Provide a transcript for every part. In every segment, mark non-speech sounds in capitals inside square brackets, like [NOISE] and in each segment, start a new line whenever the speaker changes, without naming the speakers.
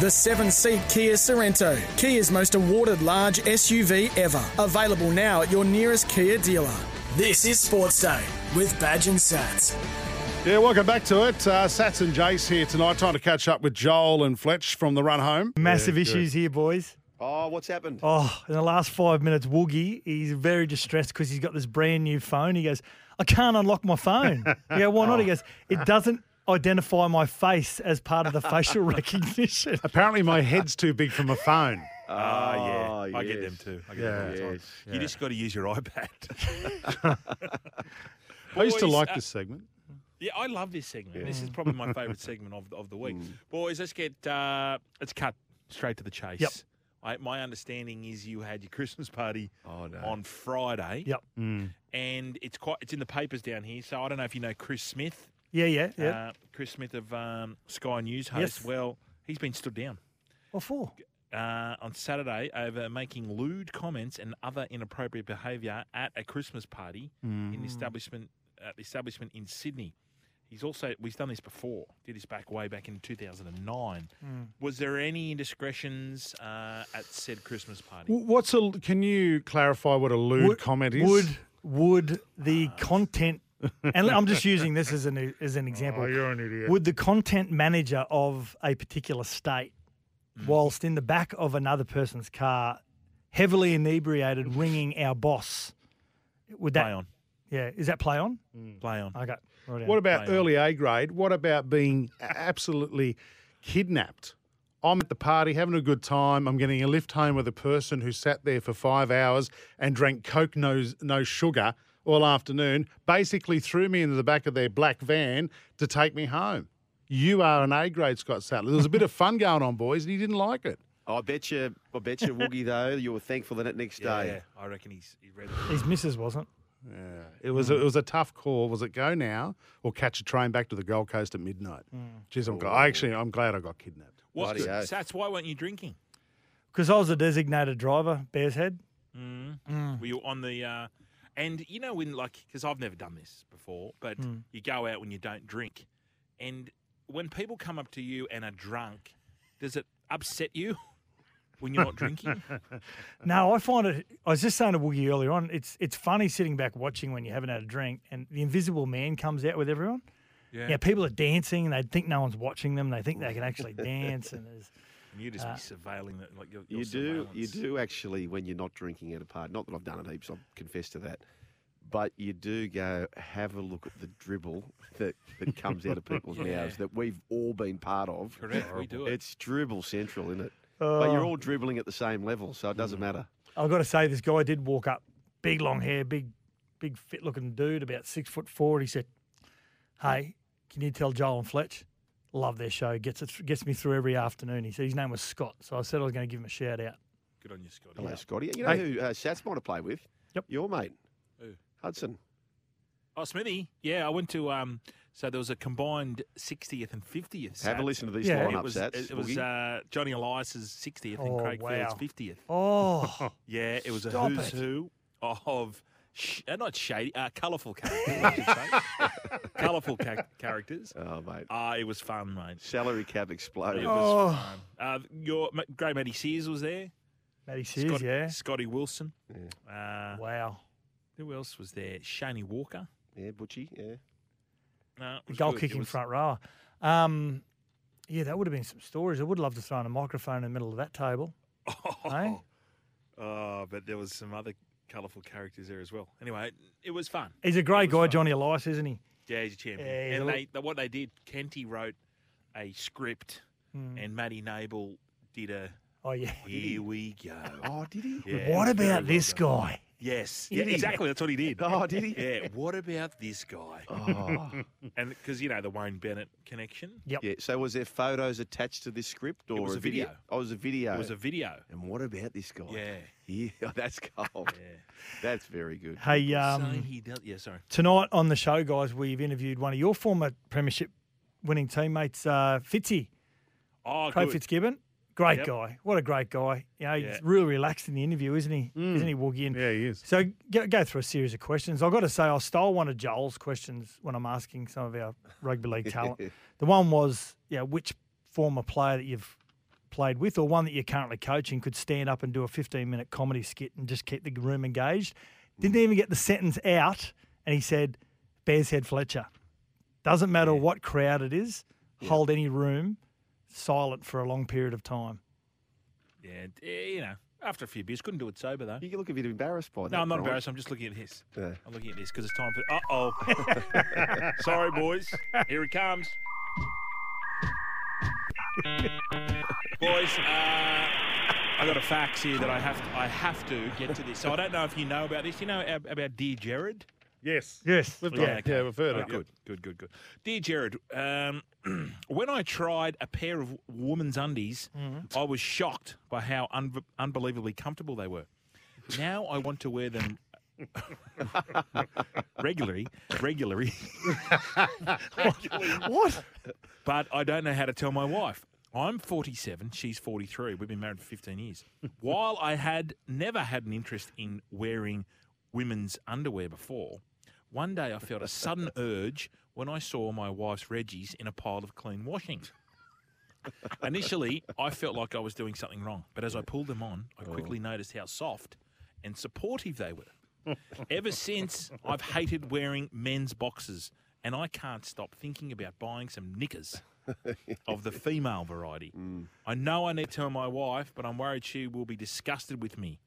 The seven seat Kia Sorrento, Kia's most awarded large SUV ever. Available now at your nearest Kia dealer. This is Sports Day with Badge and Sats.
Yeah, welcome back to it. Uh, Sats and Jace here tonight, trying to catch up with Joel and Fletch from the run home.
Massive issues here, boys.
Oh, what's happened?
Oh, in the last five minutes, Woogie, he's very distressed because he's got this brand new phone. He goes, I can't unlock my phone. I go, why not? He goes, it doesn't identify my face as part of the [LAUGHS] facial recognition.
Apparently, my head's too big for my phone.
Ah, yeah.
Ah,
I get them
yes.
too. I get them all the time.
Yes,
You just got to use your [LAUGHS] iPad.
I used to
Boys,
like
uh,
this segment.
Yeah, I love this segment. This is probably my favourite segment of, of the week. Boys, let's get uh, let's cut straight to the chase.
Yep.
I, my understanding is you had your Christmas party
Oh, no.
on Friday.
Yep.
And it's quite it's in the papers down here. So I don't know if you know Chris Smith.
Yeah, yeah, yeah.
Uh, Chris Smith of um, Sky News host.
Yes.
Well, he's been stood down.
what for?
uh, on Saturday over making lewd comments and other inappropriate behaviour at a Christmas party in the
Mm.
establishment at the establishment in Sydney. He's also we've done this before. Did this back way back in 2009.
Mm.
Was there any indiscretions uh, at said Christmas party?
W- What's a? Can you clarify what a lewd comment is?
Would would the content and I'm
[LAUGHS]
just using this as an as an example.
Oh, you're an idiot.
Would the content manager of a particular state,
Hmm.
whilst in the back of another person's car, heavily inebriated, ringing our boss, would that
Play on,
yeah is that play on?
play on.
Okay, right
What about
Hang on.
early A grade? What about being a- absolutely kidnapped? I'm at the party having a good time. I'm getting a lift home with a person who sat there for five hours and drank Coke no, no sugar all afternoon, basically threw me into the back of their black van to take me home. You are an A grade, Scott Sattler. There was a bit of fun going on, boys, and he didn't like it.
I bet you, I bet you,
[LAUGHS]
Woogie, though, you were thankful that it next
Yeah,
day.
I reckon he's he read
his missus wasn't.
It was a, it was a tough call. Was it go now or catch a train back to the Gold Coast at midnight? Jeez, I'm gl- I actually I'm glad I got kidnapped.
What's
Bloody oath.
Sats, why weren't you drinking?
Because I was a designated driver, Bears Head.
Were you on the? Uh, and you know when like because I've never done this before, but
Hmm.
you go out when you don't drink, and when people come up to you and are drunk, does it upset you [LAUGHS] when you're
[LAUGHS]
not drinking?
No, I find it. I was just saying to Woogie earlier on. It's it's funny sitting back watching when you haven't had a drink, and the Invisible Man comes out with everyone. Yeah, people are dancing, and they think no one's watching them. They think they can actually dance, and there's
And you
Uh,
just be surveilling that like your, your
You do, you
surveillance.
do actually when you're not drinking at a party. Not that I've done it heaps. I confess to that. But you do go have a look at the dribble that, that comes out of
[LAUGHS]
people's mouths that we've all been part of.
Correct, we do it.
It's dribble central, isn't it? but you're all dribbling at the same level, so it
Mm.
doesn't matter.
I've got to say, this guy did walk up, big long hair, big, big fit looking dude, about six foot four. He said, "Hey, can you tell Joel and Fletch? Love their show. Gets it, gets me through every afternoon." He said his name was Scott, so I said I was going to give him a shout out.
Good on you, Scotty.
Hello, Scotty. You know
Hey.
who uh, Sats might have played with?
Yep.
Your mate.
Who?
Hudson.
Oh, Smithy. Yeah, I went to. um So there was a combined 60th and 50th.
Have a
Sats.
listen to these
Yeah.
lineups,
It was,
Sats.
it, it was
Woogie.
uh, Johnny Elias's 60th
Oh,
and Craig Field's
wow.
50th.
Oh,
Yeah, it was
Stop
a who's
it.
who of sh- uh, not shady, uh, colourful characters.
[LAUGHS]
colourful ca- characters.
oh, mate.
Ah, it was fun, mate.
Salary cap exploded.
It was
oh,
fun. Uh, your Ma- great Matty Sears was there.
Matty Sears, yeah.
Scotty Wilson. Uh,
Wow.
who else was there? Shaney Walker.
Yeah, Butchie. Yeah.
No, it
The
was
goal
good. It
kicking
was-
front rower. Um, yeah, that would have been some stories. I would love to throw in a microphone in the middle of that
[LAUGHS]
table. eh?
Oh, but there was some other colourful characters there as well. Anyway, it was fun.
He's a
It
great
was
guy,
fun.
Johnny Elias, isn't he?
Yeah, he's a champion.
Yeah, he's a
and
little-
they, they, what they did, Kenty wrote a script,
Hmm.
and Matty Nable did a
Oh, yeah.
here we go.
Oh, did he?
Yeah, it
what
was very
about
well
this
done.
guy?
Yes, yeah, exactly. That's what he did.
Oh, did he?
[LAUGHS] Yeah. What about this guy?
Oh.
[LAUGHS] And because you know the Wayne Bennett connection,
Yep.
yeah. So was there photos attached to this script or
was a
video?
video.
Oh, it was a video.
it was a video.
and what about this guy?
Yeah.
Yeah, [LAUGHS] that's cold. That's very good.
Hey,
so
um,
he does. Yeah, sorry.
tonight on the show, guys, we've interviewed one of your former premiership winning teammates, uh, Fitzy,
Oh,
Craig
good.
Fitzgibbon. Great
Yep.
guy. What a great guy. You know,
Yeah. Mm.
he's really relaxed in the interview, isn't he? Isn't he, Woogie? And
Yeah, he is.
So go, go through a series of questions. I've got to say, I stole one of Joel's questions when I'm asking some of our rugby
[LAUGHS]
league talent. the one was, yeah, which former player that you've played with or one that you're currently coaching could stand up and do a 15 minute comedy skit and just keep the room engaged.
Hmm.
Didn't even get the sentence out, and he said, Bears Head Fletcher. Doesn't matter what crowd it is, hold any room silent for a long period of time.
Yeah, d- eh, you know, after a few beers, couldn't do it sober though.
You look a bit embarrassed by that.
No, I'm not
Brian. [LAUGHS]
embarrassed. I'm just looking at this.
Yeah.
I'm looking at this because it's time for. Uh oh. [LAUGHS] Sorry, boys. Here it comes. boys, uh, I got a fax here that I have to, I have to get to this. So I don't know if you know about this. You know ab- about Dear Jared?
Yes.
Yes.
We've done
Yeah,
it.
okay.
yeah, we've heard
Oh,
it.
good, good, good, good. Dear Jared, um, [CLEARS THROAT] when I tried a pair of woman's undies,
Mm-hmm.
I was shocked by how un- unbelievably comfortable they were. Now I want to
[LAUGHS]
wear them [LAUGHS] regularly, regularly,
What?
but I don't know how to tell my wife. I'm 47, she's 43. We've been married for 15 years. While I had never had an interest in wearing women's underwear before, one day I felt a sudden [LAUGHS] urge when I saw my wife's Reggie's in a pile of clean washing. Initially, I felt like I was doing something wrong, but as I pulled them on, I quickly noticed how soft and supportive they were. Ever since, I've hated wearing men's boxes, and I can't stop thinking about buying some knickers of the female variety. I know I need to tell my wife, but I'm worried she will be disgusted with me.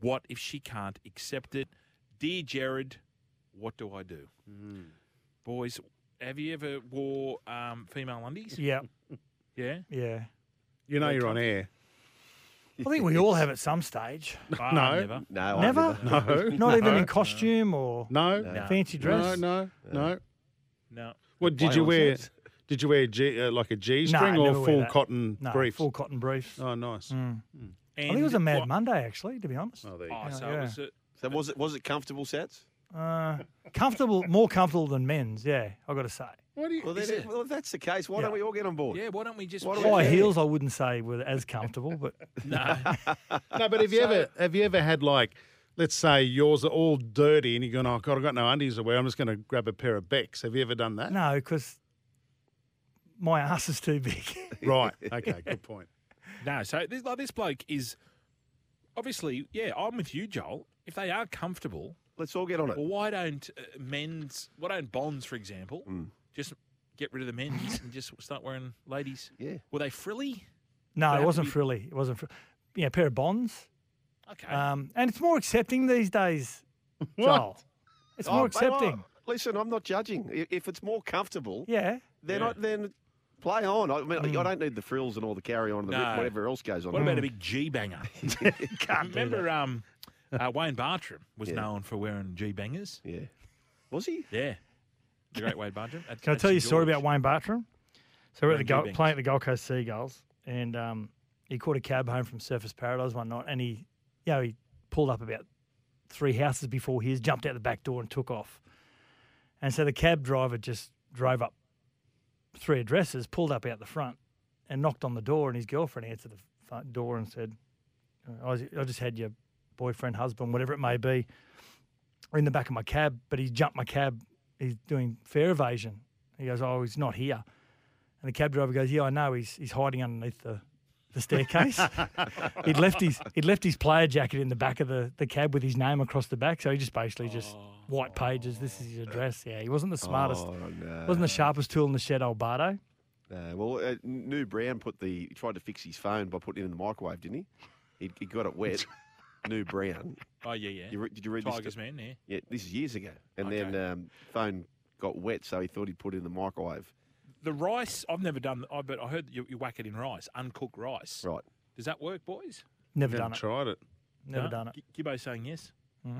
What if she can't accept it? Dear Jared, what do I do? Boys, have you ever wore um, female undies?
Yeah.
Yeah.
[LAUGHS]
Yeah.
You know you're on air.
[LAUGHS] I think we all have at some stage.
Ah,
No.
never.
[LAUGHS] No, I
Never?
[LAUGHS] No.
Not even in costume or
No.
No.
fancy
No,
dress.
no, no.
No.
What did
Play
you
on
wear?
sets.
Did you wear G, uh, like a G
No,
string
never
or
wear
full
that.
cotton
No,
brief?
full cotton Mm. briefs.
Oh, nice.
And
I think it was a Mad
what-
Monday, actually, to be honest.
Oh, there you go.
Oh, so
Yeah.
it was a,
So was it was it comfortable sets?
Uh, comfortable, more comfortable than men's, yeah, I've got to say.
What do you?
Well,
Is
then,
it?
well, if that's the case, why don't
Yeah.
we all get on board?
yeah, why don't we just
Why don't we
High
Yeah.
heels, I wouldn't say were as comfortable, but
No.
[LAUGHS] No, but have you ever have you ever had like, let's say yours are all dirty and you're going, oh god, I've got no undies to wear. I'm just going to grab a pair of Becks. Have you ever done that?
no, because my ass is too big.
[LAUGHS]
[LAUGHS]
Right. Okay. Good point.
No, so this like this bloke is obviously, yeah, I'm with you, Joel. If they are comfortable,
Let's all get on it.
well, why don't uh, men's, why don't bonds, for example,
Hmm.
just get rid of the men's and just start wearing ladies?
Yeah.
Were they frilly?
No,
have
it
to
wasn't
be-
frilly. It wasn't frilly. Yeah, a pair of bonds.
Okay.
Um, and it's more accepting these days, Joel. It's
Oh,
more
mate, I-
accepting.
listen, I'm not judging. I- If it's more comfortable,
Yeah.
then
Yeah. Hmm.
I, then play on. I mean, I don't need the frills and all the carry on and the
No.
whatever else goes on.
what about a big G banger?
[LAUGHS]
[LAUGHS] Can't remember um, uh, Wayne Bartram was known for wearing G bangers.
Hmm. Yeah. Was he?
Yeah. The great Wayne Bartram. at-
Can I
at
tell you a
St
story
George.
about Wayne Bartram? So we're at the
Wayne
Gold,
Eubanks.
playing at the Gold Coast Seagulls, and um, he caught a cab home from Surface Paradise one night, and he, you know, he pulled up about three houses before his, jumped out the back door, and took off. And so the cab driver just drove up three addresses, pulled up out the front, and knocked on the door, and his girlfriend answered the front door and said, "I was- I just had your boyfriend, husband, whatever it may be, in the back of my cab, but he jumped my cab. He's doing fare evasion. He goes, oh, he's not here. And the cab driver goes, yeah, I know. He's he's hiding underneath the,
[LAUGHS]
the staircase. he'd left his he'd left his player jacket in the back of the, the cab with his name across the back. So he just basically just
Oh.
white pages. This is his address. Yeah, he wasn't the smartest,
Oh, no.
wasn't the sharpest tool in the shed, old Bardo.
No. well, uh, New Brown put the he tried to fix his phone by putting it in the microwave, didn't he? He, he got it
[LAUGHS]
wet. New Brown.
Oh, yeah, yeah.
You re- did you read this?
Tigers, man, yeah.
Yeah, this is years ago. And then um, phone got wet, so he thought he'd put it in the microwave.
The rice, I've never done, I but I heard you, you whack it in rice, uncooked rice.
Right.
Does that work, boys?
Never
Never
done it.
tried it.
Never
No?
done it.
Gi- Gibbo's saying yes.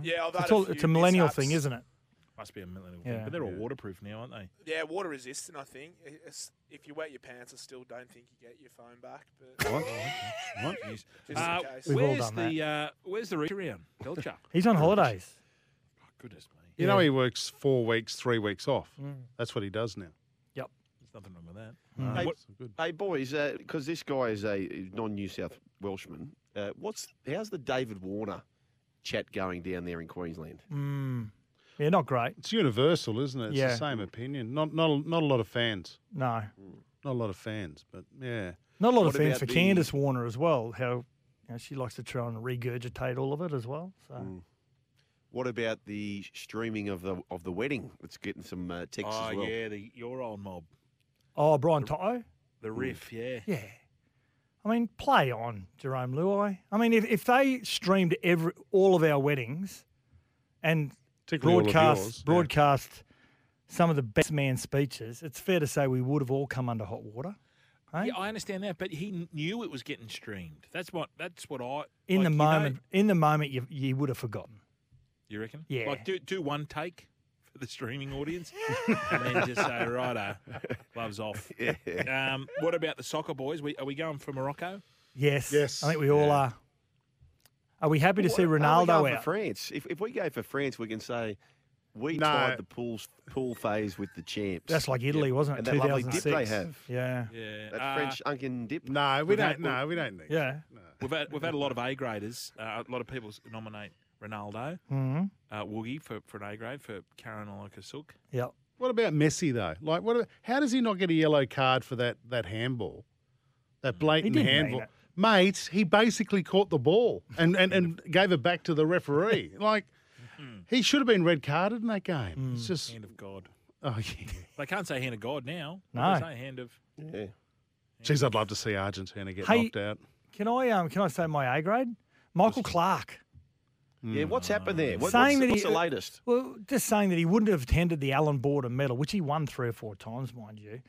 Yeah,
Oh,
I've had
It's, all,
a few
it's a millennial
mishaps.
thing, isn't it?
Must be a millennial thing.
Yeah.
But they're all waterproof now, aren't they?
Yeah, water resistant. I think it's, if you wet your pants, I still don't think you get your phone back. But
What? What?
just in
Uh,
case.
We've all
where's
done that.
the uh, where's the reach around? Belcher.
[LAUGHS] He's on holidays.
oh, goodness me.
You know, he works four weeks, three weeks off.
Mm.
That's what he does now.
There's nothing wrong with that.
Right,
What-
so good.
Hey boys, because this guy is a non-New South Welshman. Uh, what's how's the David Warner chat going down there in Queensland?
Mm. Yeah, not great.
It's universal, isn't it? It's
Yeah.
the same opinion. Not, not, not a lot of fans.
No.
Not a lot of fans, but yeah.
Not a lot
What
of fans
about
for
the-
Candace Warner as well, how you know, she likes to try and regurgitate all of it as well. So
What about the streaming of the of the wedding? It's getting some uh, texts
oh
as well.
yeah, the your old mob,
Oh, Brian Toto?
the riff. Yeah.
Yeah. I mean, play on, Jerome Luai. I mean, if, if they streamed every all of our weddings and
Particularly all of
broadcast
yours, yeah.
broadcast some of the best man speeches, it's fair to say we would have all come under hot water. eh?
Yeah, I understand that, but he kn- knew it was getting streamed. That's what. That's what I.
in
like,
the
you know-
moment in the moment you you would have forgotten.
you reckon?
Yeah.
Like do do one take for the streaming
[LAUGHS]
audience, and then just say, "Righto, gloves off." Um, what about the soccer boys? We, are we going for Morocco?
Yes.
Yes.
I think we all are. Are we happy to see
What- are we
Ronaldo
going
out?
for France. If, if we go for France, we can say we
No.
tied the pool pool phase with the champs.
That's like Italy, wasn't it?
And that lovely dip
2006.
they have.
Yeah.
Yeah.
that
uh,
French unkin dip.
No, we
We've
don't.
had-
No, we don't need.
Yeah.
We've had we've had a lot of A graders. Uh, a lot of people s- nominate Ronaldo,
Mhm.
uh, Woogie for, for an A grade for Carolina Kasuk.
Yep.
What about Messi though? Like, what? How does he not get a yellow card for that that handball? That blatant
didn't mean
handball,
it.
mate. He basically caught the ball and and, and gave it back to the
[LAUGHS]
referee. Like, he should have been red carded in that game.
Mm.
It's just,
Hand of God.
oh [LAUGHS] yeah.
They can't say hand of God now.
No.
They say hand of.
Yeah.
Geez, I'd love to see Argentina get
Hey-
knocked out.
Can I um can I say my A grade? Michael Clark.
Yeah, what's happened there? What, what's,
Saying that
the,
he-
what's the latest?
Well, just saying that he wouldn't have attended the Alan Border Medal, which he won three or four times, mind you.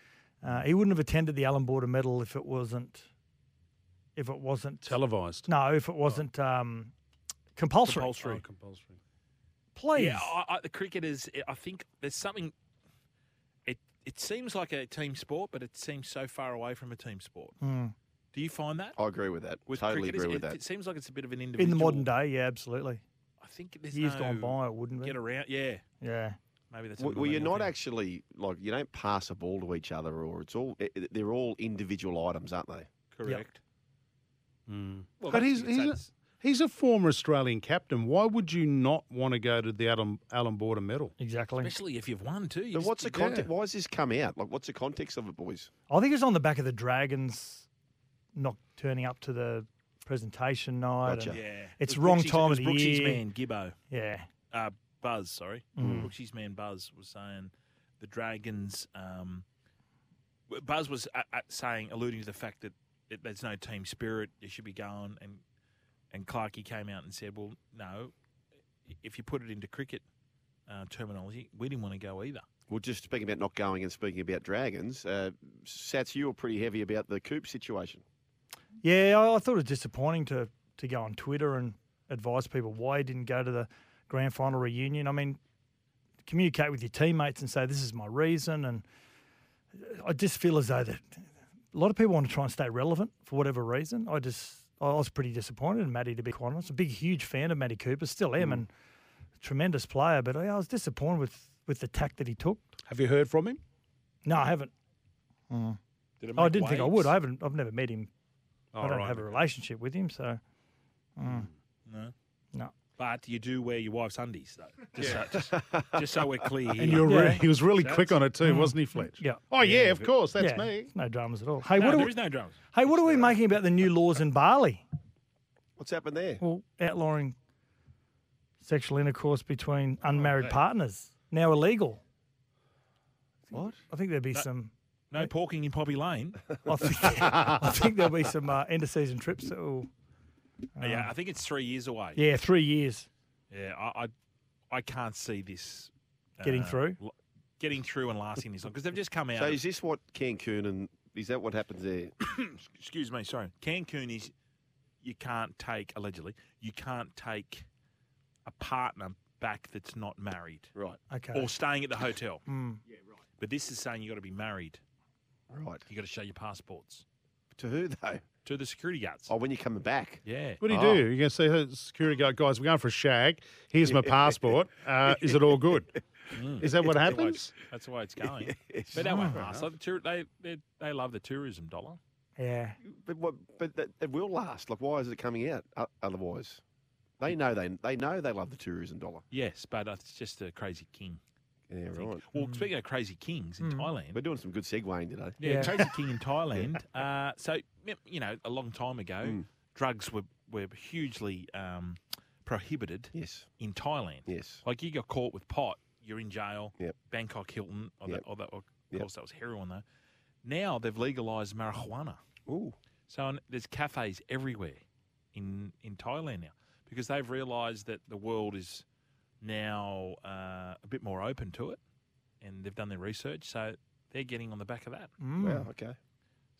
Uh, he wouldn't have attended the Alan Border Medal if it wasn't if it wasn't
Televised.
no, if it wasn't um, Oh, compulsory. Oh,
Compulsory.
compulsory.
Please.
Yeah, I, I, the cricket is. I think there's something. It it seems like a team sport, but it seems so far away from a team sport.
Hmm.
Do you find that?
I agree with that.
With
totally
cricketers?
agree with
it,
that.
It seems like it's a bit of an individual.
in the modern day, yeah, absolutely.
I think there's
Years
no
gone by, it wouldn't
Get
it?
around. Yeah,
Yeah.
maybe that's. a
Well, well, you're
millennial
not
thing.
actually like you don't pass a ball to each other, or it's all it- it- they're all individual items, aren't they?
correct. Well,
But
that's-
he's
you could say
he's a,
that's-
he's a former Australian captain. Why would you not want to go to the Alan Alan Border Medal?
Exactly.
especially if you've won too. You
But
just-
what's the
yeah.
context? Why has this come out? Like, what's the context of it, boys?
I think it was on the back of the Dragons not turning up to the presentation night.
Gotcha.
and-
Yeah,
It's
It was
wrong
Brooksy's-
time
it was
of the
Brooksy's
year.
man Gibbo,
yeah.
uh, Buzz. Sorry,
Mm.
Brooksy's man Buzz was saying the Dragons. Um, w- Buzz was uh, uh, saying, alluding to the fact that it, there's no team spirit. You should be going and and Clarkey came out and said, well, no, if you put it into cricket uh, terminology, we didn't want to go either.
Well, just speaking about not going and speaking about dragons, uh, Sats, you were pretty heavy about the coop situation.
Yeah, I, I thought it was disappointing to to go on Twitter and advise people why you didn't go to the grand final reunion. I mean, communicate with your teammates and say this is my reason. And I just feel as though that a lot of people want to try and stay relevant for whatever reason. I just I was pretty disappointed in Matty to be quite honest. A big, huge fan of Matty Cooper, still am, and tremendous player. But I, I was disappointed with with the tack that he took.
Have you heard from him?
No, I haven't.
Did it
I
make
didn't think I
waves?
would. I haven't. I've never met him. I
Oh,
don't
right,
have a relationship with him, so.
No.
No.
But you do wear your wife's undies, though. Just, [LAUGHS] so, just, just so we're clear here.
And you're
Yeah. mm.
re- he was really
That's-
quick on it too, wasn't he, Fletch?
Yeah.
Oh yeah, of course, that's
yeah,
me.
No dramas at all. Hey,
No,
what are
there
we,
is no drums.
hey, what are we making about the new laws in Bali?
What's happened there?
Well, outlawing sexual intercourse between unmarried partners now illegal. What? I think there'd be some.
No porking in
[LAUGHS]
Poppy Lane.
I think, I think there'll be some uh, end of season trips that will.
yeah, I think it's three years away.
Yeah, three years.
Yeah, I, I, I can't see this
Getting through?
l- Getting through and lasting this long because they've just come out.
So is this what Cancun and is that what happens there?
excuse me, sorry. Cancun is you can't take allegedly you can't take a partner back that's not married
Right,
Okay.
or staying at the hotel.
Mm.
But this is saying you got to be married.
[COUGHS] right.
You got to show your passports
To who though?
to the security guards.
Oh, when you're coming back.
Yeah.
What do you
Oh.
do? You're going to say, "Hey, security guard, guys, we're going for a shag. Here's
[LAUGHS]
my passport. Uh, is it all good? Is that what
That's the way
happens?
[LAUGHS] it's- Mm. That's the way it's going.
[LAUGHS] Yes.
But that won't last. Like the tour, they, they they love the tourism dollar.
Yeah.
But what? But that, it will last. Like, why is it coming out o- otherwise? They know they they know they love the tourism dollar.
Yes, but it's just a crazy king.
Yeah,
I think.
right.
Well, speaking of crazy kings in
Mm.
Thailand,
We're doing some good segueing today.
yeah,
Yeah.
crazy king in Thailand. Uh, so y- you know, a long time ago,
Mm.
drugs were were hugely um, prohibited
Yes,
in Thailand.
yes.
Like you got caught with pot, you're in jail.
Yep.
Bangkok Hilton, or
Yep.
the, or the, or of
Yep.
course that was heroin though. Now they've legalized marijuana.
Ooh,
So and there's cafes everywhere in in Thailand now because they've realised that the world is now uh, a bit more open to it, and they've done their research. So they're getting on the back of that.
Mm.
wow. Okay.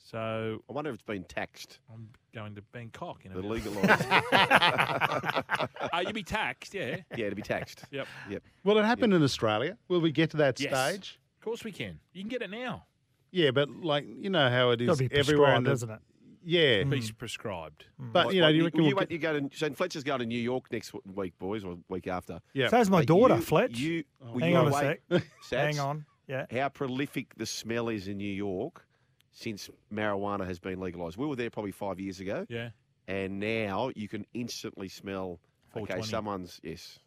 So
I wonder if it's been taxed.
I'm going to Bangkok. You
The
know, [LAUGHS]
legalised. [LAUGHS]
uh, you'll be taxed. Yeah.
yeah, to be taxed.
Yep.
Will it happen in Australia? Will we get to that
Yes.
stage?
Of course we can. You can get it now.
Yeah, but like you know how it
Got
is
to be
everywhere. in
prescribed,
the-
doesn't it? Mm.
Yeah,
Be prescribed.
but
Like,
you know,
like,
do you reckon
you,
we'll
went- you go to St. Fletcher's going to New York next w- week, boys, or week after.
Yeah.
So's my
But
daughter,
you-
Fletch. Oh,
You, will
Hang
you
on a
awake,
sec.
Sats,
Hang on. Yeah.
How prolific the smell is in New York since marijuana has been legalised. We were there probably five years ago,
Yeah.
and now you can instantly smell. Okay,
420.
someone's yes.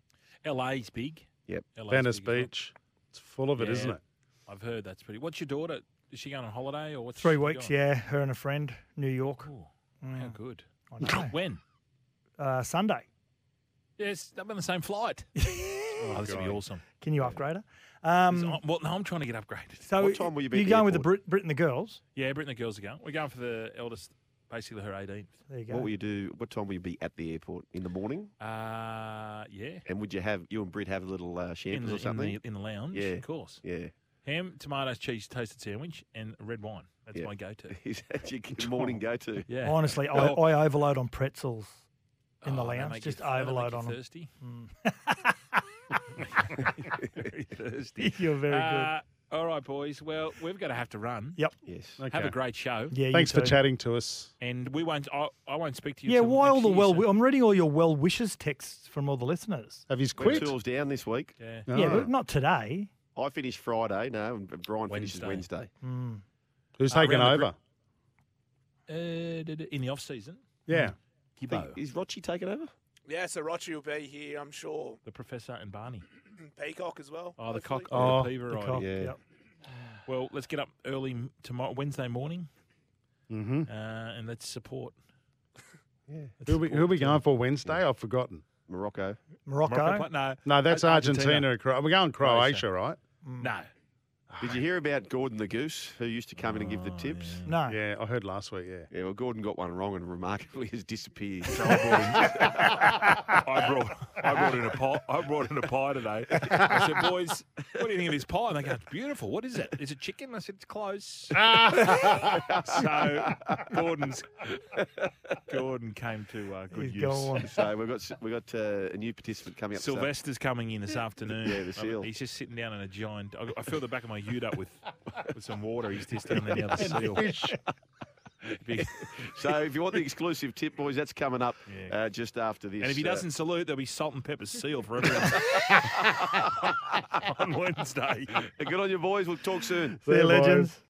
LA's big.
Yep.
LA's
Venice
big as well.
Beach. It's full of it,
Yeah.
not it?
I've heard that's pretty. What's your daughter? Is she going on holiday or what's
Three
she
weeks,
doing?
yeah. Her and a friend, New York.
Ooh, how
Yeah.
good.
I know.
When?
Uh, Sunday.
Yes, they've been on the same flight. oh, this would be awesome.
Can you upgrade her? Um,
Um, well, no, I'm trying to get upgraded.
so
What time will you be
You're
at the
going with the
airport?
Brit, Brit and the girls.
Yeah, Britt and the girls are going. We're going for the eldest, basically her 18th.
There you go.
What will you do? What time will you be at the airport in the morning?
Uh, yeah.
And would you have you and Brit have a little uh,
In
shambles
the,
or
in,
something?
the, in the lounge,
Yeah.
of course.
yeah. [LAUGHS]
Ham, tomatoes, cheese, toasted sandwich, and red wine. That's
Yeah.
my go-to.
Is
[LAUGHS]
that your morning go to?
Yeah.
Honestly, I,
Oh,
I overload on pretzels in the
oh, they
lounge.
make you-
Just
they make
overload
you
on 'em. Mm.
thirsty. [LAUGHS]
Very thirsty.
You're [LAUGHS] very
Uh, all right, boys. Well, we've got to have to run.
Yep.
Yes.
Have
Okay.
a great show.
good. Yeah, you
Thanks for
too.
chatting to us.
And we won't. I, I won't speak to you.
Yeah,
till
why all
next
the
year,
well?
so-
I'm reading all your well wishes texts from all the listeners.
Have you
We're
quit?
tools down this week.
Yeah.
Yeah,
Oh.
but not today.
I finish Friday. No, and Brian finishes
Wednesday.
Wednesday.
Mm.
Who's
Uh,
taking
around the
over?
Uh, did it- in the off season,
yeah.
I think- Is Rochi taking over?
Yeah, so Rochi will be here, I'm sure. [CLEARS THROAT]
the professor and Barney.
Peacock as well.
Oh, the cock.
hopefully.
Oh,
Oh, the peaver
The
rider.
cock,
yeah.
yep.
Well, let's get up early m- tomorrow, Wednesday morning,
Mm-hmm.
uh, and let's support.
Yeah.
Let's
Who we,
support,
who we
uh,
going for Wednesday? I've forgotten.
Morocco.
Morocco.
Morocco play- No,
No, that's
Ar-
Argentina. and Cro- We're going Croatia, right?
No, Ah.
Did you hear about Gordon the Goose, who used to come in and give the
Oh,
tips?
No.
Yeah, I heard last week. Yeah.
Yeah, well, Gordon got one wrong and remarkably has
[LAUGHS]
disappeared.
I brought I brought in a pie. I brought in a pie today. I said, boys, what do you think of this pie? And they go, it's beautiful. What is it? Is it chicken? I said, it's close.
Ah.
so Gordon's Gordon came to uh, good
He's
use.
gone.
[LAUGHS] so we've got we got uh, a new participant coming up. this afternoon.
Sylvester's coming in this afternoon.
Yeah, the
I mean,
seal.
He's just sitting down in a giant. I, I filled the back of my ute up with with some water. He's just down there now. The seal.
[LAUGHS]
Big-
So if you want the exclusive tip, boys, that's coming up
Yeah.
uh, just after this.
And if he
uh,
doesn't salute, there'll be salt and pepper seal for
[LAUGHS]
everyone [LAUGHS] on Wednesday.
good on you, boys. We'll talk soon.
See you,
boys.
legends.